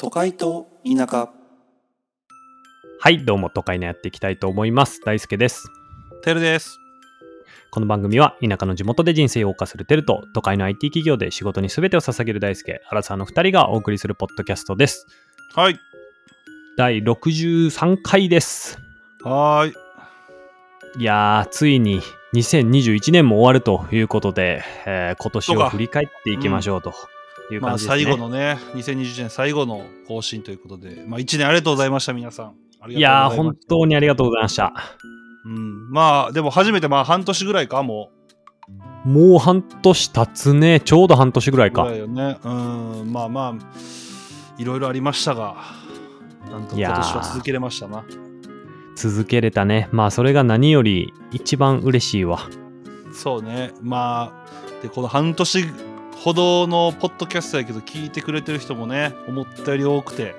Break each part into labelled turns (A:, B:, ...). A: 都会と田舎
B: はい、どうも、都会のやっていきたいと思います。大輔です。
A: てるです
B: この番組は、田舎の地元で人生を謳歌するテルと、都会の IT 企業で仕事に全てを捧げる大輔、原さんの2人がお送りするポッドキャストです。
A: はい
B: 第63回です。
A: はーい
B: いやー、ついに2021年も終わるということで、えー今年を振り返っていきましょうという
A: ま
B: 感
A: あ
B: じですね。
A: 最後のね2020年最後の更新ということでまあ1年ありがとうございました皆さんあり
B: いや
A: が
B: ー、
A: とうございま
B: 本
A: す
B: 当にありがとうございました。
A: うんまあでも初めてまあ半年ぐらいかも
B: もう半年経つね。ちょうど半年ぐらいう
A: ぐ
B: か。
A: らいよねうんまあまあいろいろありましたがなんと
B: いや
A: 今
B: ー
A: 年は続けれましたな
B: 続けれたねまあそれが何より一番嬉しいわ
A: そうねまあでこの半年ほどのポッドキャストやけど聞いてくれてる人もね思ったより多くて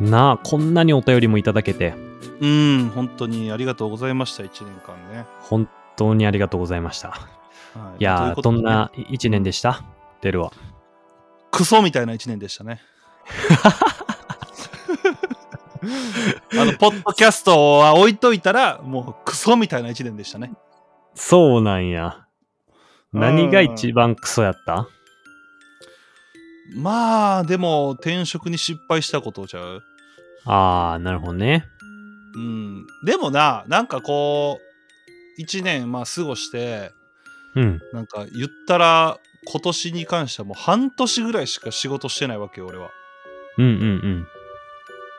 B: なあこんなにお便りもいただけて
A: うん本当にありがとうございました1年間ね、
B: 本当にありがとうございました
A: はい
B: やー
A: とうこと
B: ど
A: で
B: んな一年でした出るわ
A: クソみたいな1年でしたね あのポッドキャストは置いといたらもうクソみたいな1年でしたね
B: そうなんや何が一番クソやった
A: まあでも転職に失敗したことちゃう
B: あーなるほどね
A: うんでもななんかこう1年まあ過ごして
B: うん
A: なんか言ったら今年に関してはもう半年ぐらいしか仕事してないわけよ俺は
B: うんうん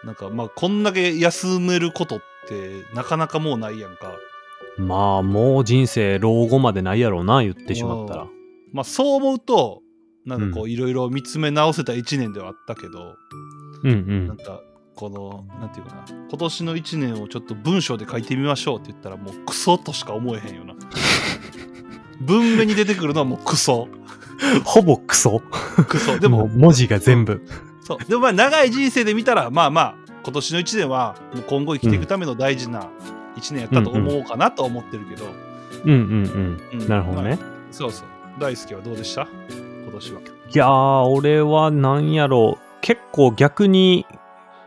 A: なんかまあこんだけ休めることってなかなかもうないやんか
B: うんまあもう人生老後までないやろうな言ってしまったら
A: まあそう思うとなんかこういろいろ見つめ直せた1年ではあったけど、
B: うんう
A: なん
B: ん
A: かこのなんていうかな今年の1年をちょっと文章で書いてみましょうって言ったらもうクソとしか思えへんよ な文面に出てくるのはもうクソ
B: ほぼクソ
A: ク ソで
B: で
A: も
B: も文字が全部
A: そうでもまあ長い人生で見たらまあまあ今年の1年はもう今後生きていくための大事な1年やったと思おうかなとは思ってるけど、
B: うんうん
A: う
B: うん
A: ん
B: なるほどね
A: そうそう。大輔はどうでした今年は。
B: いやー、俺はなんやろう、結構逆に、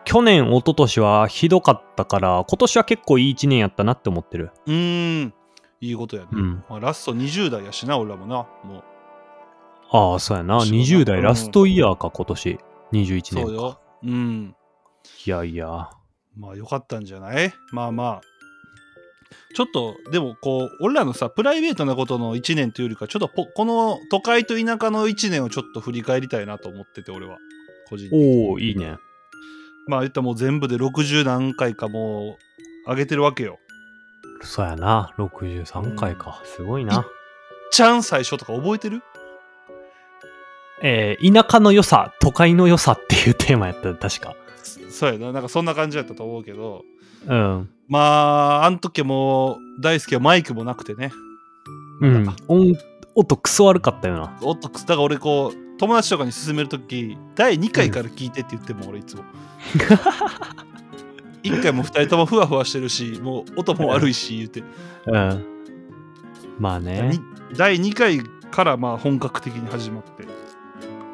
B: 去年、一昨年はひどかったから、今年は結構いい1年やったなって思ってる。
A: うーん。いいことやね。
B: うん。
A: まあ、ラスト20代やしな、俺らもな。もう。
B: ああ、そうやな。
A: そうだな
B: 20代ラストイヤーか、今年。21
A: そう
B: 年。
A: よ。うん。
B: いやいや。
A: まあ、よかったんじゃないまあまあ。ちょっと、でも、こう、俺らのさ、プライベートなことの1年というよりか、ちょっとポこの都会と田舎の1年をちょっと振り返りたいなと思ってて、俺は。個人的に。
B: おおいいね。
A: まあ、言ったらもう全部で60何回かもう、上げてるわけよ。
B: そうやな。63回か。すごいな。
A: ちゃん最初とか覚えてる
B: えー、田舎の良さ、都会の良さっていうテーマやった、確か。
A: そうやな。なんかそんな感じだったと思うけど。
B: うん。
A: まあ、あの時はもう、大輔はマイクもなくてね。
B: うん。音、音クソ悪かったよな。
A: おっと、だから俺こう、友達とかに勧める時、第2回から聞いてって言っても、俺いつ も。1回も2人ともふわふわしてるし、もう音も悪いし、言って。
B: うん。まあね。
A: に第2回からまあ本格的に始まって。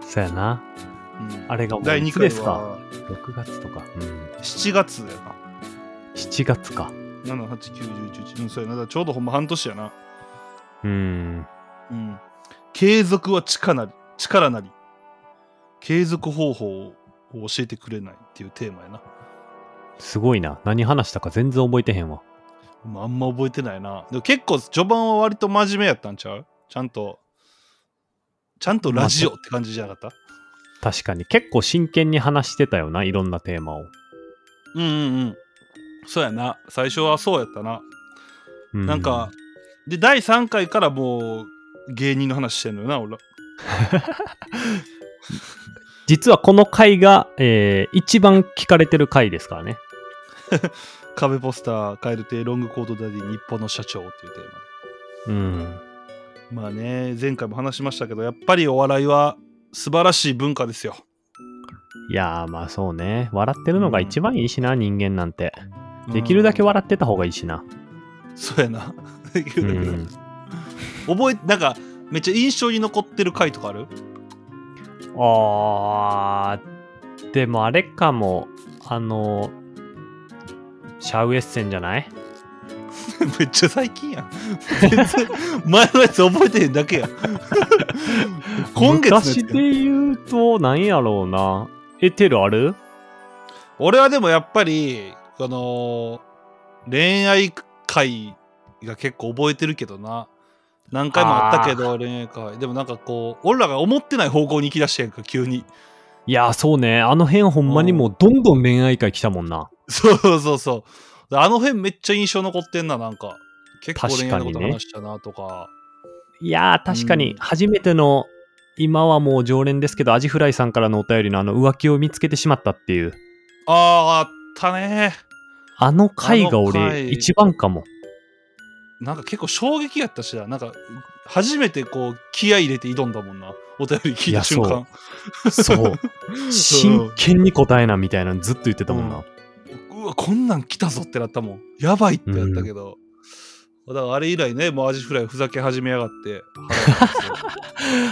B: そうやな。
A: うん
B: あれがもう
A: 第
B: い
A: 2
B: つ
A: 回
B: ですか
A: は
B: 6月とか、うん、
A: 7月やな。
B: 7月か
A: 7、8、9、10、11。うん、そうやな。だからちょうどほんま半年やな。
B: うん
A: うん。継続は力なり、力なり。継続方法を教えてくれないっていうテーマやな。
B: すごいな何話したか全然覚えてへんわ
A: まああんま覚えてないな。でも結構序盤は割と真面目やったんちゃうちゃんと、ちゃんとラジオって感じじゃなかった
B: 確かに結構真剣に話してたよないろんなテーマを、
A: うんうんうん。そうやな。最初はそうやったな。
B: う
A: なんか、で、第3回からもう芸人の話してんのよな、俺ら。
B: 実はこの回が、えー一番聞かれてる回ですからね
A: 壁ポスター、蛙亭、ロングコートダディ、日本の社長っていうテーマで。
B: うん
A: まあね、前回も話しましたけど、やっぱりお笑いは素晴らしい文化ですよ。
B: いやーまあそうね笑ってるのが一番いいしな、人間なんてできるだけ
A: は
B: 笑ってた方がいいしな
A: そうやな。 でき
B: う
A: るだけ
B: ん
A: 覚えなんか、めっちゃ印象に残ってる回とかある
B: あーでもあれかも、あの、シャウエッセンじゃない
A: めっちゃ最近やん。全然前のやつ覚えてへんだけやん。今月のやつ
B: 昔で言うと、なんやろうな。エテルある
A: 俺はでもやっぱり、この、恋愛会が結構覚えてるけどな。何回もあったけど、恋愛会。でもなんかこう、俺らが思ってない方向に行き出してやんか、急に。
B: いや、そうね。あの辺ほんまにもうどんどん恋愛会来たもんな。
A: そうそうそうそう。あの辺めっちゃ印象残ってんな、なんか。結構恋愛のこと
B: 確かにね
A: 話したなとか。
B: いやー、確か
A: う
B: に
A: ん
B: 初めての、今はもう常連ですけど、アジフライさんからのお便りのあの浮気を見つけてしまったっていう、
A: あー、あったね。
B: あの回が
A: あの回
B: 俺、一番か も。
A: なんか結構衝撃やったしな。なんか、初めてこう、気合い入れて挑んだもんな。お便り聞い
B: い
A: た
B: や
A: 瞬間。
B: そう。真剣に答えなみたいなのずっと言ってたもんな。
A: うわこんなん来たぞってなったもんやばいってなったけど、だからあれ以来ねもうアジフライふざけ始めやがって腹立つよ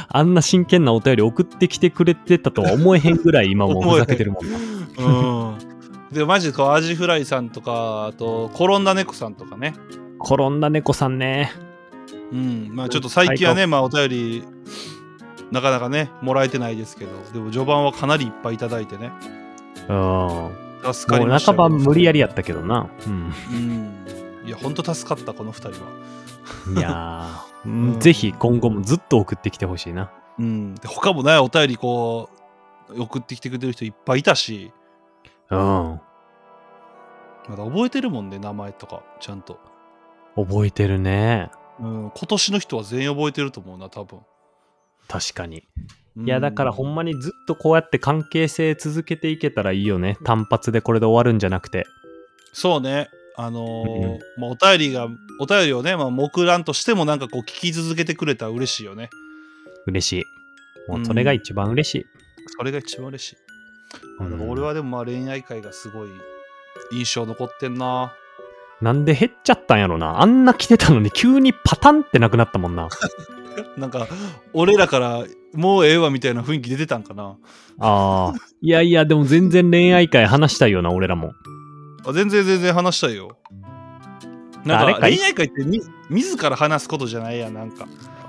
B: あんな真剣なお便り送ってきてくれてたとは思えへんぐらい今もうふざけてるもん な。
A: うんでマジでこうアジフライさんとかあと転んだ猫さんとかね
B: 転んだ猫さんね。
A: うんまあちょっと最近はね、まあ、お便りなかなかねもらえてないですけどでも序盤はかなりいっぱいいただいてね
B: うん。も
A: 助かり
B: う
A: ました
B: 半
A: よ
B: ば無理やりやったけどな。うん。
A: うんいやほんと助かったこの2人はい
B: やー、
A: ん
B: ぜひ今後もずっと送ってきてほしいな。
A: うんで他もねお便りこう送ってきてくれてる人いっぱいいたし
B: うん。
A: まだ覚えてるもんね、名前とか、ちゃんと。
B: 覚えてるね。
A: うん、今年の人は全員覚えてると思うな、多分。
B: 確かに。
A: うん
B: いや、だからほんまにずっとこうやって関係性続けていけたらいいよね。単発でこれで終わるんじゃなくて。
A: そうね、あのー
B: うんうん
A: まあ、お便りが、お便りをね、まあ、目覧としてもなんかこう、聞き続けてくれたら嬉しいよね。
B: 嬉しい。もうそれが一番嬉しい。
A: それが一番嬉しい。
B: う
A: あ
B: ん
A: だから俺はでもまあ恋愛会がすごい印象残ってんな。
B: なんで減っちゃったんやろな。あんな来てたのに急にパタンってなくなったもんな。
A: なんか、俺らから、もうええわみたいな雰囲気出てたんかな。
B: ああ。いやいや、でも全然恋愛会話したいよな、俺らも。
A: あ全然全然話したいよ。なんか
B: 誰かい
A: 恋愛会ってみ自ら話すことじゃないやんなんか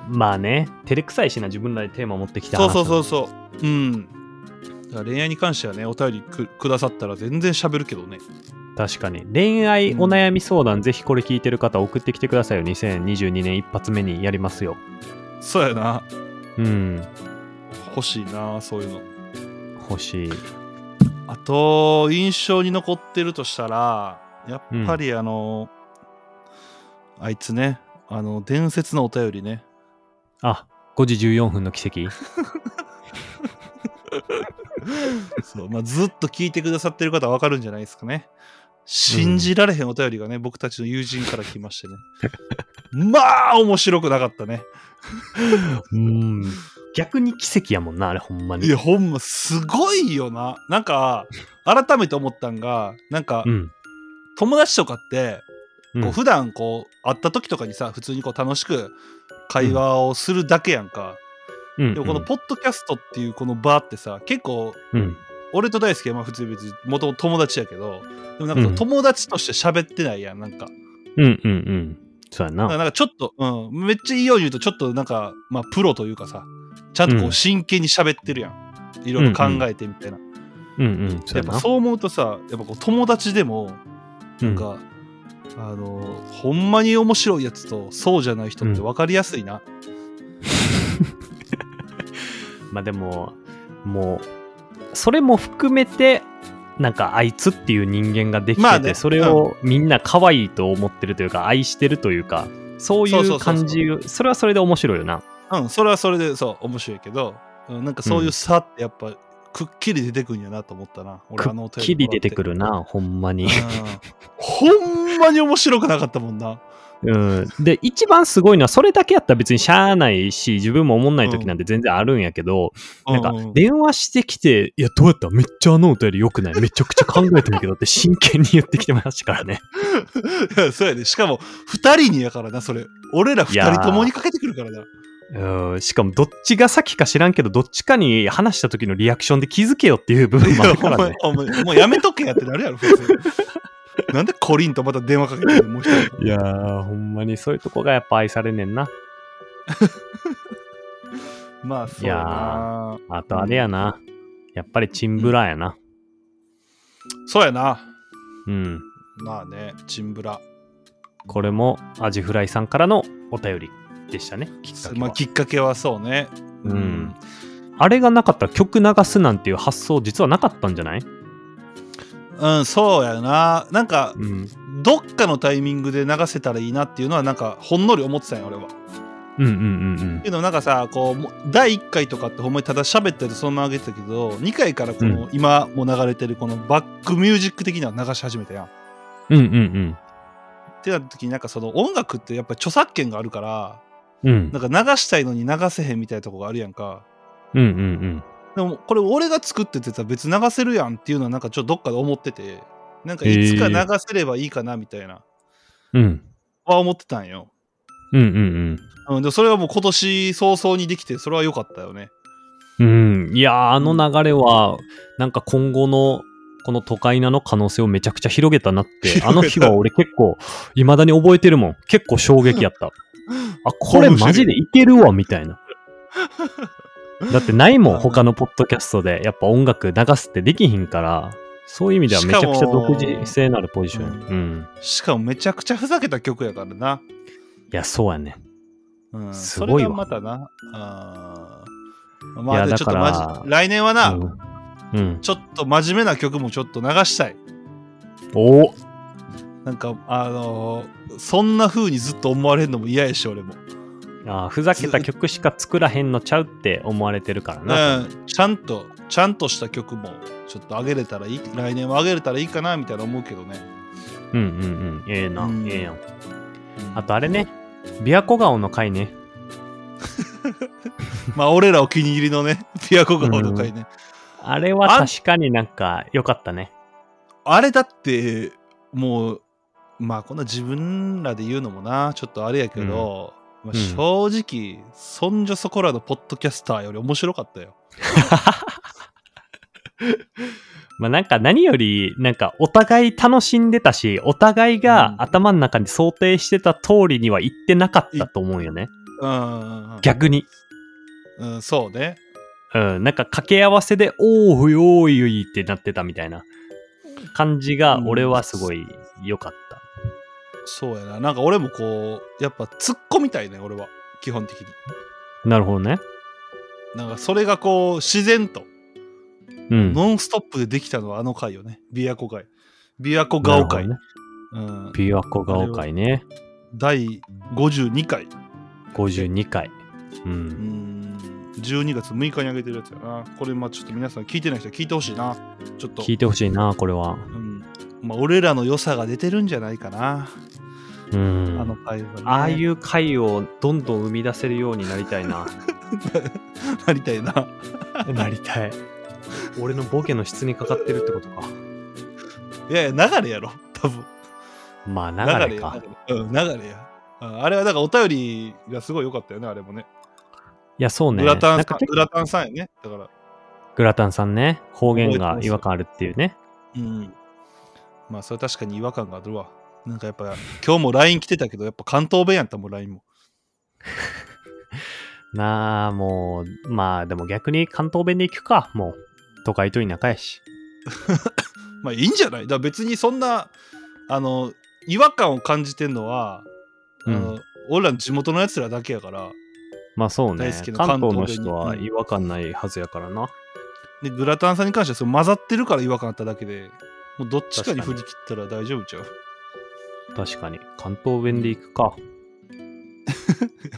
B: まあね、照れくさいしな、自分らでテーマ持ってきて
A: そ
B: 話
A: う
B: す
A: そう
B: の
A: そうそううんだから恋愛に関してはねお便りくくださったら全然喋るけどね
B: 確かに。恋愛お悩み相談、ぜひこれ聞いてる方送ってきてくださいよ。2022年一発目にやりますよ。
A: そうやな
B: うん。
A: 欲しいなそういうの
B: 欲しい。
A: あと印象に残ってるとしたらやっぱりあの、あいつねあの伝説のお便りね
B: あ、5時14分の奇跡。
A: そう、まあ、ずっと聞いてくださってる方は分かるんじゃないですかね信じられへんお便りがね、僕たちの友人から来ましてね まあ面白くなかったね
B: うん。逆に奇跡やもんな、あれ、ほんま
A: い
B: に
A: や。ほんますごいよななんか改めて思ったんがなんか
B: うん。
A: 友達とかって
B: う
A: こうん普段こう会った時とかにさ普通にこう楽しく会話をするだけやんか、
B: うん
A: でもこのポッドキャストっていうこの場ってさ結構
B: うん。
A: 俺と大輔はまあ普通に別に元々友達やけどでもなんかその友達として喋ってないやんなんか
B: うんうんうん。そうや
A: だから
B: な。
A: なんかちょっと、うん、めっちゃいいように言うとちょっとなんか、まあ、プロというかさちゃんとこ
B: う
A: うん真剣に喋ってるやんいろいろ考えてみたいな、
B: うんうん。そう
A: や
B: や
A: っ
B: な
A: ぱ。そう思うとさやっぱこう友達でも
B: う
A: なん
B: ん
A: か、あのほんまに面白いやつとそうじゃない人って分かりやすいな、
B: まあでももうそれも含めてなんかあいつっていう人間ができてて、
A: まあね
B: それをみんな可愛いと思ってるというか愛してるというかそう
A: そう
B: い
A: そうそう
B: う
A: そう
B: 感じそれはそれで面白いよな
A: うんそれはそれでそう面白いけど、うん、なんかそういう差ってやっぱくっきり出てくるんやなと思ったな俺
B: く
A: あの
B: っきり出てく
A: る、
B: るなほんま
A: う
B: に
A: ん、ほんまに面白くなかったもんな
B: うん、で一番すごいのはそれだけやったら別にしゃあないし自分も思んない時なんて全然あるんやけど、 なん
A: うう
B: か電話してきて「いやどうやっためっちゃあのお便りよくないめちゃくちゃ考えてるけど」って真剣に言ってきてましたからね
A: いやそうやねしかも2人にやからなそれ俺ら2人ともにかけてくるからな
B: うんしかもどっちが先か知らんけどどっちかに話した時のリアクションで気づけよっていう部 分もあるからね
A: お前お前もうやめとけやってなるやろ普通 なんでコリンとまた電話かけてんのもう一人
B: いやーほんまにそういうとこがやっぱ愛されねんな
A: まあそうやな
B: あとあれやな、やっぱりチンブラやな
A: そうやな
B: うん
A: まあねチンブラ
B: これもアジフライさんからのお便りでしたねきっかけ
A: まあ
B: は、
A: きっかけはそうね
B: うんあれがなかったら曲流すなんていう発想実はなかったんじゃない、
A: うんそうやななんか
B: うん、
A: どっかのタイミングで流せたらいいなっていうのはなんかほんのり思ってたんよ俺は。っ
B: うんうんうん
A: ていうのもなんかさこうもう第1回とかってほんまにただ喋ったりそのまま上げてたけど2回からこの、今も流れてるこのバックミュージック的なの流し始めたやん。っ
B: うんうんうん
A: てなった時になんかその音楽ってやっぱ著作権があるから
B: うんうん
A: なんか流したいのに流せへんみたいなとこがあるやんか。
B: うんうん
A: でもこれ俺が作っててさ別に流せるやんっていうのはなんかちょっとどっかで思っててなんかいつか流せればいいかなみたいな
B: うんうん
A: は思ってたんよ。
B: うんうん
A: うん、でもそれはもう今年早々にできてそれは良かったよね。
B: うんうんいやーあの流れはなんか今後のこの都会なの可能性をめちゃくちゃ広げたなってあの日は俺結構いまだに覚えてるもん結構衝撃や ったあこれマジでいけるわみたいなだってないもん他のポッドキャストでやっぱ音楽流すってできひんからそういう意味ではめちゃくちゃ独自性のあるポジションや
A: し
B: うん、
A: しかもめちゃくちゃふざけた曲やからな。
B: いやそうやね
A: うん、
B: すご
A: それ
B: いわ
A: がまたな。あーま
B: い
A: あ
B: や
A: でちょっと
B: だから
A: まじ来年はな、
B: うん、うん、
A: ちょっと真面目な曲もちょっと流したい。
B: おお
A: なんかあのーそんな風にずっと思われるのも嫌やし俺も。
B: あーふざけた曲しか作らへんのちゃうって思われてるからな
A: うん、ちゃんとちゃんとした曲もちょっと上げれたらいい来年は上げれたらいいかなみたいな思うけどね。
B: うんうんうん。ええな、
A: うん
B: ええやん。
A: うん
B: あとあれね、琵琶湖顔の回ね。
A: まあ俺らお気に入りのねピアコ顔の回ね。
B: あれは確かになんか良かったね。
A: あれだってもうまあこんな自分らで言うのもなちょっとあれやけど、まあ
B: うん
A: 正直、そんじょそこらのポッドキャスターより面白かったよ。
B: まあなんか何より、なんかお互い楽しんでたし、お互い
A: うん
B: が頭の中に想定してた通りには行ってなかったと思うよね。
A: うんうんうん
B: 逆に。
A: うん、そうね。
B: うん、なんか掛け合わせで、おーおいおいおいってなってたみたいな感じが
A: うん
B: 俺はすごい良かった。
A: そうやな。なんか俺もこうやっぱ突っ込みたいね俺は基本的に。
B: なるほどね。
A: なんかそれがこう自然と、
B: うん。
A: ノンストップでできたのはあの回よね。琵琶湖回。琵琶湖顔
B: なるほど
A: 回。
B: ね。
A: うん、
B: 琵琶湖顔回ね。
A: 第52回。
B: 52回。うん
A: うーん12月6日に上げてるやつやな。これ、まあちょっと皆さん聞いてない人は聞いてほしいな。ちょっと、
B: 聞いてほしいなこれは
A: うんまあ、俺らの良さが出てるんじゃないかな。
B: うん
A: あ
B: あ
A: の会話、ね。。
B: あいうう回をどんどん生み出せるようになりたいな
A: なりたいな。
B: なりたい俺のボケの質にかかってるってことか
A: いやいや、流れやろ。多分。
B: まあ流れ
A: や
B: か
A: 流れうん、流れや。ああれは、だからお便りがすごい良かったよね、あれもね。
B: いやそうね
A: グラタン
B: なん
A: さ
B: か
A: ん、
B: 結構
A: グラタンさんやね。だから。
B: グラタンさんね方言
A: 覚えて
B: が
A: ます
B: 違和感あるっていうね
A: うん。まあ、それ確かに違和感があるわ。なんかやっぱ、今日も LINE 来てたけど、やっぱ関東弁やったもん、LINE も。
B: なあもうまあでも逆に関東弁で行くかもう都会と田舎やし
A: まあいいんじゃないだから別にそんなあの違和感を感じてんのは、
B: うん
A: あの俺らの地元のやつらだけやから
B: まあそうね
A: 大好きな
B: 関
A: 関東
B: 東
A: 弁に
B: の人は違和感ないはずやからな
A: でグラタンさんに関してはその混ざってるから違和感あっただけでもうどっちかに
B: 確か
A: 振
B: に
A: り切ったら大丈夫ちゃう
B: 確かに関東弁で行くか
A: い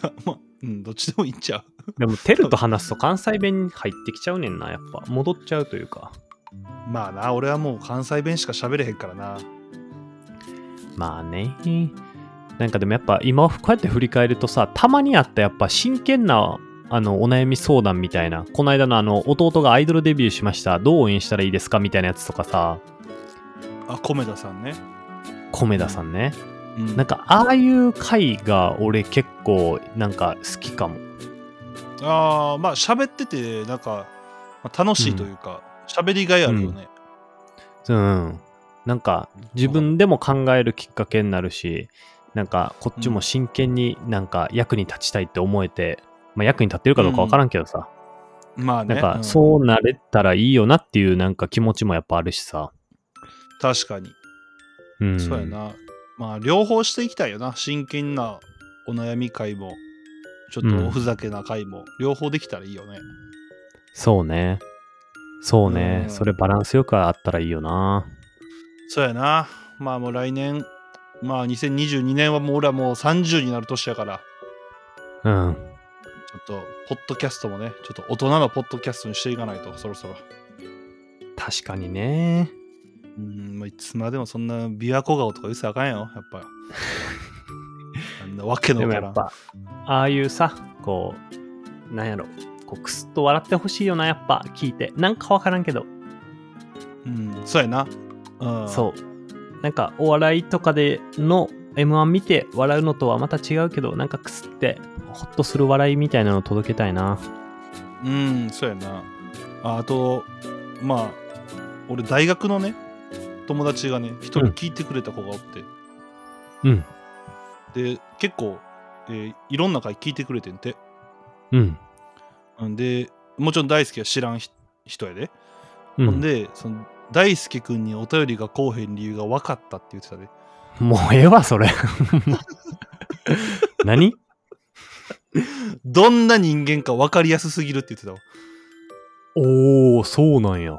A: やまあうんどっちでもいいんちゃう
B: でも、テルと話すと関西弁に入ってきちゃうねんな、やっぱ。戻っちゃうというか。
A: まあな俺はもう関西弁しか喋れへんからな
B: まあね。なんかでもやっぱ今こうやって振り返るとさ、たまにあったやっぱ真剣なあのお悩み相談みたいな、この間のあの弟がアイドルデビューしました、どう応援したらいいですかみたいなやつとかさ、
A: あ米田さんね、
B: 米田さんね。
A: うん
B: なんかああいう回が俺結構なんか好きかも。
A: ああまあ喋っててなんかまあ楽しいというか喋、りがいあるよね、
B: うん。なんか、自分でも考えるきっかけになるし、なんか、こっちも真剣になんか役に立ちたいって思えて、まあ役に立ってるかどうかわからんけどさ、
A: まあね
B: なんか、
A: うん
B: そうなれたらいいよなっていうなんか気持ちもやっぱあるしさ。
A: 確かに、
B: うん。
A: そうや。なまあ両方していきたいよな真剣なお悩み会もちょっとおふざけな会も、両方できたらいいよね
B: そうね。そうね。
A: うん
B: それバランスよくあったらいいよな。
A: そうやなまあもう来年まあ2022年はもう俺はもう30になる年やから
B: うん。
A: ちょっとポッドキャストもねちょっと大人のポッドキャストにしていかないとそろそろ
B: 確かにね。
A: うん、まあ、いつまでもそんな琵琶湖顔とか言うてあかんよ、やっ ぱ。あんなわけの
B: で
A: わか
B: もや
A: ら
B: っ
A: ん。
B: ぱ、ああいうさ、こう、なんやろ、こうくすっと笑ってほしいよな、やっぱ、聞いて。なんかわからんけど、
A: うん、そうやな。うん、
B: そう。なんか、お笑いとかでの M1 見て笑うのとはまた違うけど、なんかくすって、ほっとする笑いみたいなのを届けたいな。
A: う。うん、そうやな。ああと、まあ、俺、大学のね、友達がね、一人聞いてくれた子がおって、
B: うん、
A: で、結構、えーいろんな回聞いてくれてんて。
B: うん、
A: うんで、もちろん大輔は知らんひ人やで。
B: う
A: ほん
B: ん。
A: で、その、大輔くんにお便りがこうへん理由が分かったって言ってたで。
B: もうええわ、そ れ。何
A: どんな人間か分かりやすすぎるって言ってたわ。
B: おー、そうなんや。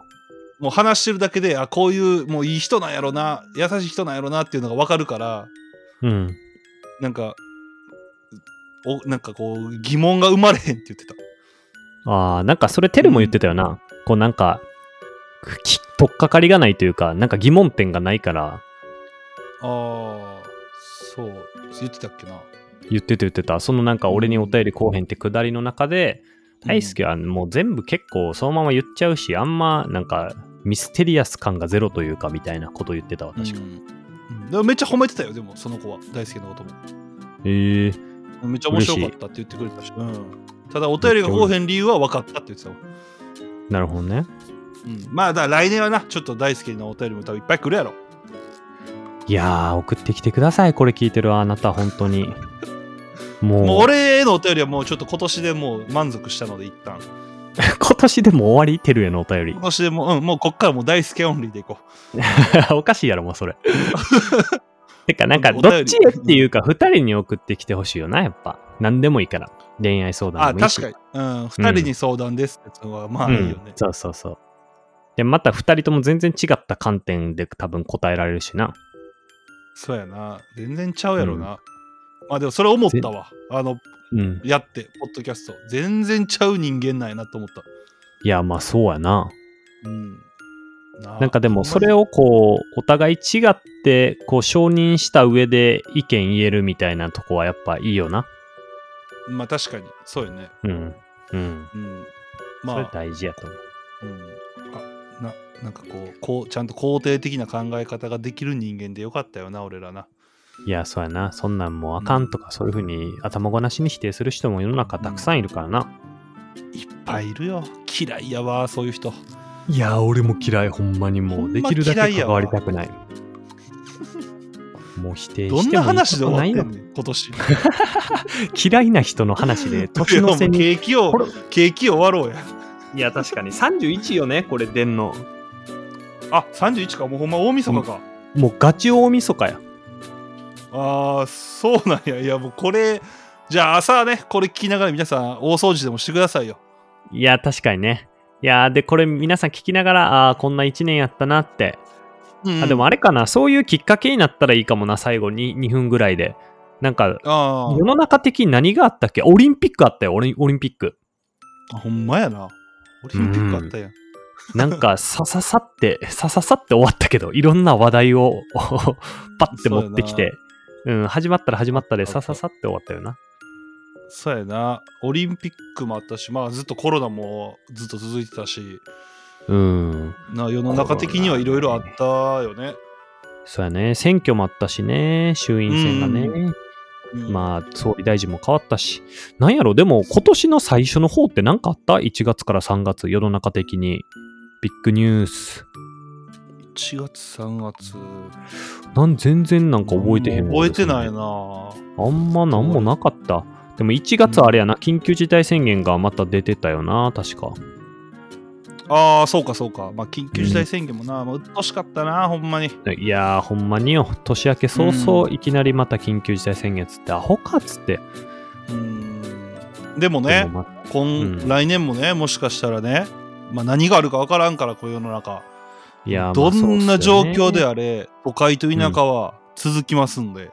A: もう話してるだけであこういうもういい人なんやろな優しい人なんやろなっていうのが分かるから
B: うん。
A: なんかおなんかこう疑問が生まれへんって言ってた
B: ああ、なんかそれテルも言ってたよな。こうなんか、き取っかかりがないというか、なんか疑問点がないから、
A: ああそう言ってたっけな
B: 言ってた言ってた。そのなんか俺にお便りこうへんってくだりの中で、大輔はもう全部結構そのまま言っちゃうし、あんまなんかミステリアス感がゼロというかみたいなこと言ってたわ、確か。
A: うんうんでもめっちゃ褒めてたよでもその子は大輔のことも
B: ええ
A: めっちゃ面白かったって言ってくれたし、うん、ただお便りがこうへん理由は分かったって言ってたわ、
B: なるほどね。
A: うん、まあだから来年はなちょっと大輔のお便りも多分いっぱい来るやろ
B: いやー、送ってきてください、これ聞いてるあなた、本 当に。もう、
A: もう俺へのお便りはもうちょっと今年でもう満足したので一旦
B: 今年でも終わりテルへのお 便り
A: 今。年でもう、うん、もうこっからもう大輔オンリーでいこう。
B: おかしいやろ、も うそれ。てか、なんか、どっちへっていうか、二人に送ってきてほしいよな、やっぱ。何でもいいから。恋愛相
A: あ、
B: 談でもいいし
A: 確かに。うん、二人に相談ですってのは、まあいいよ
B: うん
A: ね。
B: そうそうそう。で、また二人とも全然違った観点で多分答えられるしな。
A: そうやな。全然ちゃうやろな。まあでもそれ思ったわ。あの、
B: うん。
A: やって、ポッドキャスト。全然ちゃう人間なんやなと思っ
B: いや、まあそうやな。
A: た。うん。なあ
B: なんかでもそれ
A: ほん
B: をこう、お互い違って、こう承認した上で意見言えるみたいなとこはやっぱいいよな。
A: まにまあ確かに、そうよね。
B: うん。うん。
A: うん。
B: それ
A: まあ、
B: 大事やと思う。
A: うん、あななんかこうこう、ちゃんと肯定的な考え方ができる人間でよかったよな、俺らな。
B: いや、そうやな。そんなんもうあかんとか、そういうふうに頭ごなしに否定する人も世の中たくさんいるからな。
A: いっぱいいるよ。嫌いやわ、そういう人。
B: いや、俺も嫌い、ほんまに
A: もうできるだけ関わりたくない。
B: もう否定しても
A: ど
B: いい
A: んな話で終わって
B: こ
A: ん
B: とないよ
A: ねん、今年。
B: 嫌いな人の話で、年の 瀬
A: い
B: に。
A: やもう景気を
B: これ、
A: 景気終わろうや。
B: いや、確かに。31よね、これ、出んの。
A: あ、31か、もうほんま大晦日か。
B: もうガチ大晦日や。
A: ああ、そうなんや。いや、もうこれ、じゃあ朝ね、これ聞きながら皆さん、大掃除でもしてくださいよ。
B: いや、確かにね。いや、で、これ、皆さん聞きながら、ああー、こんな1年やったなって。
A: うん
B: あ、でも、あれかな、そういうきっかけになったらいいかもな、最後に2分ぐらいで。なんか、
A: あ
B: 世の中的に何があったっけオリンピックあったよ、オリンオリンピック。
A: あ、ほんまやな。オリンピックあったやん。
B: なん か、さささって、さささって終わったけど、いろんな話題を、 パッて持ってきて、うん、始まったら始まったで、さささって終わったよな。
A: そうやな。オリンピックもあったし、まあずっとコロナもずっと続いてたし、
B: うん。
A: な世の中的にはいろいろあったよね。
B: そうやね。選挙もあったしね、衆院選がね。
A: うん
B: まあ、総理大臣も変わったし、なんやろ、でも今年の最初の方って何かあった ?1 月から3月、世の中的に。ビッグニュース。
A: 1月3月
B: なん全然なんか覚えてへんわ
A: 覚えてない。な
B: あんまなんもなかった。でも1月あれやな、緊急事態宣言がまた出てたよな、確か。
A: ああそうかそうかまあ緊急事態宣言もな、まあ、うっとうしかったなほんまに
B: いやー、ほんまによ。年明け早々、いきなりまた緊急事態宣言っつって、アホかっつって。
A: うんでもね
B: でもま
A: 今、
B: うん
A: 来年もねもしかしたらね、まあ、何があるか分からんからこう世の中
B: いやー
A: どんな状況で
B: あ
A: あれ都会と田舎は続きますんで、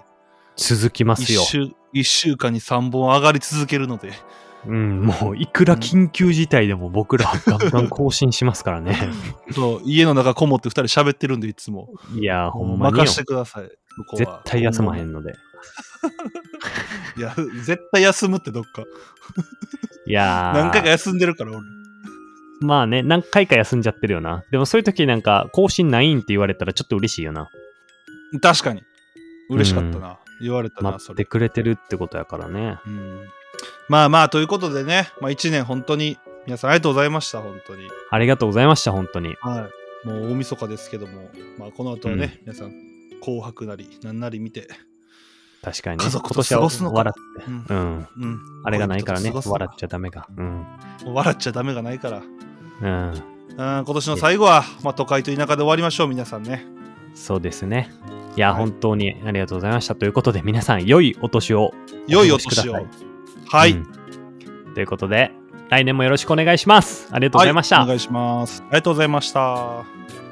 B: 続きます
A: 一
B: よ。
A: 週一週間に3本上がり続けるので
B: うん、もういくら緊急事態でも僕らガンガン更新しますか らね。
A: そう家の中こもって2人喋ってるんでいつも
B: いやー、ほんまによ
A: 任。してくださいそこ
B: 絶
A: は
B: 対休まへんので。
A: いや絶対休むってどっか
B: いやー
A: 何回か休んでるから俺
B: まあね、何回か休んじゃってるよな。でもそういう時なんか、更新ないんって言われたらちょっと嬉しいよな。
A: 確かに嬉しかったな、言われたな
B: 待
A: そ
B: っ
A: れ
B: てくれてるってことやからね。
A: うんまあまあということでね、まあ、1年本当に皆さんありがとうございました本当に
B: ありがとうございました、本当に。
A: はいもう大晦日ですけども、まあ、この後はね、皆さん紅白なりなんなり見て、
B: 確かに、ね。
A: 家族と過ごすのか
B: 今年
A: う
B: は
A: ん
B: 笑って。うん。
A: うん、
B: あれがないからね、
A: 恋人と過ごすの
B: 笑っちゃダメか。うん。
A: 笑っちゃダメがないからうん
B: うん。
A: 今年の最後は、まあ、都会と田舎で終わりましょう皆さんね
B: そうですね。いや、
A: はい
B: 本当にありがとうございました。ということで、皆さん、良いお年を。
A: 良いお年を
B: お過ごしく
A: はい、
B: うんということで、来年もよろしくお願いします。ありがとうございました。
A: はいお願いしますありがとうございました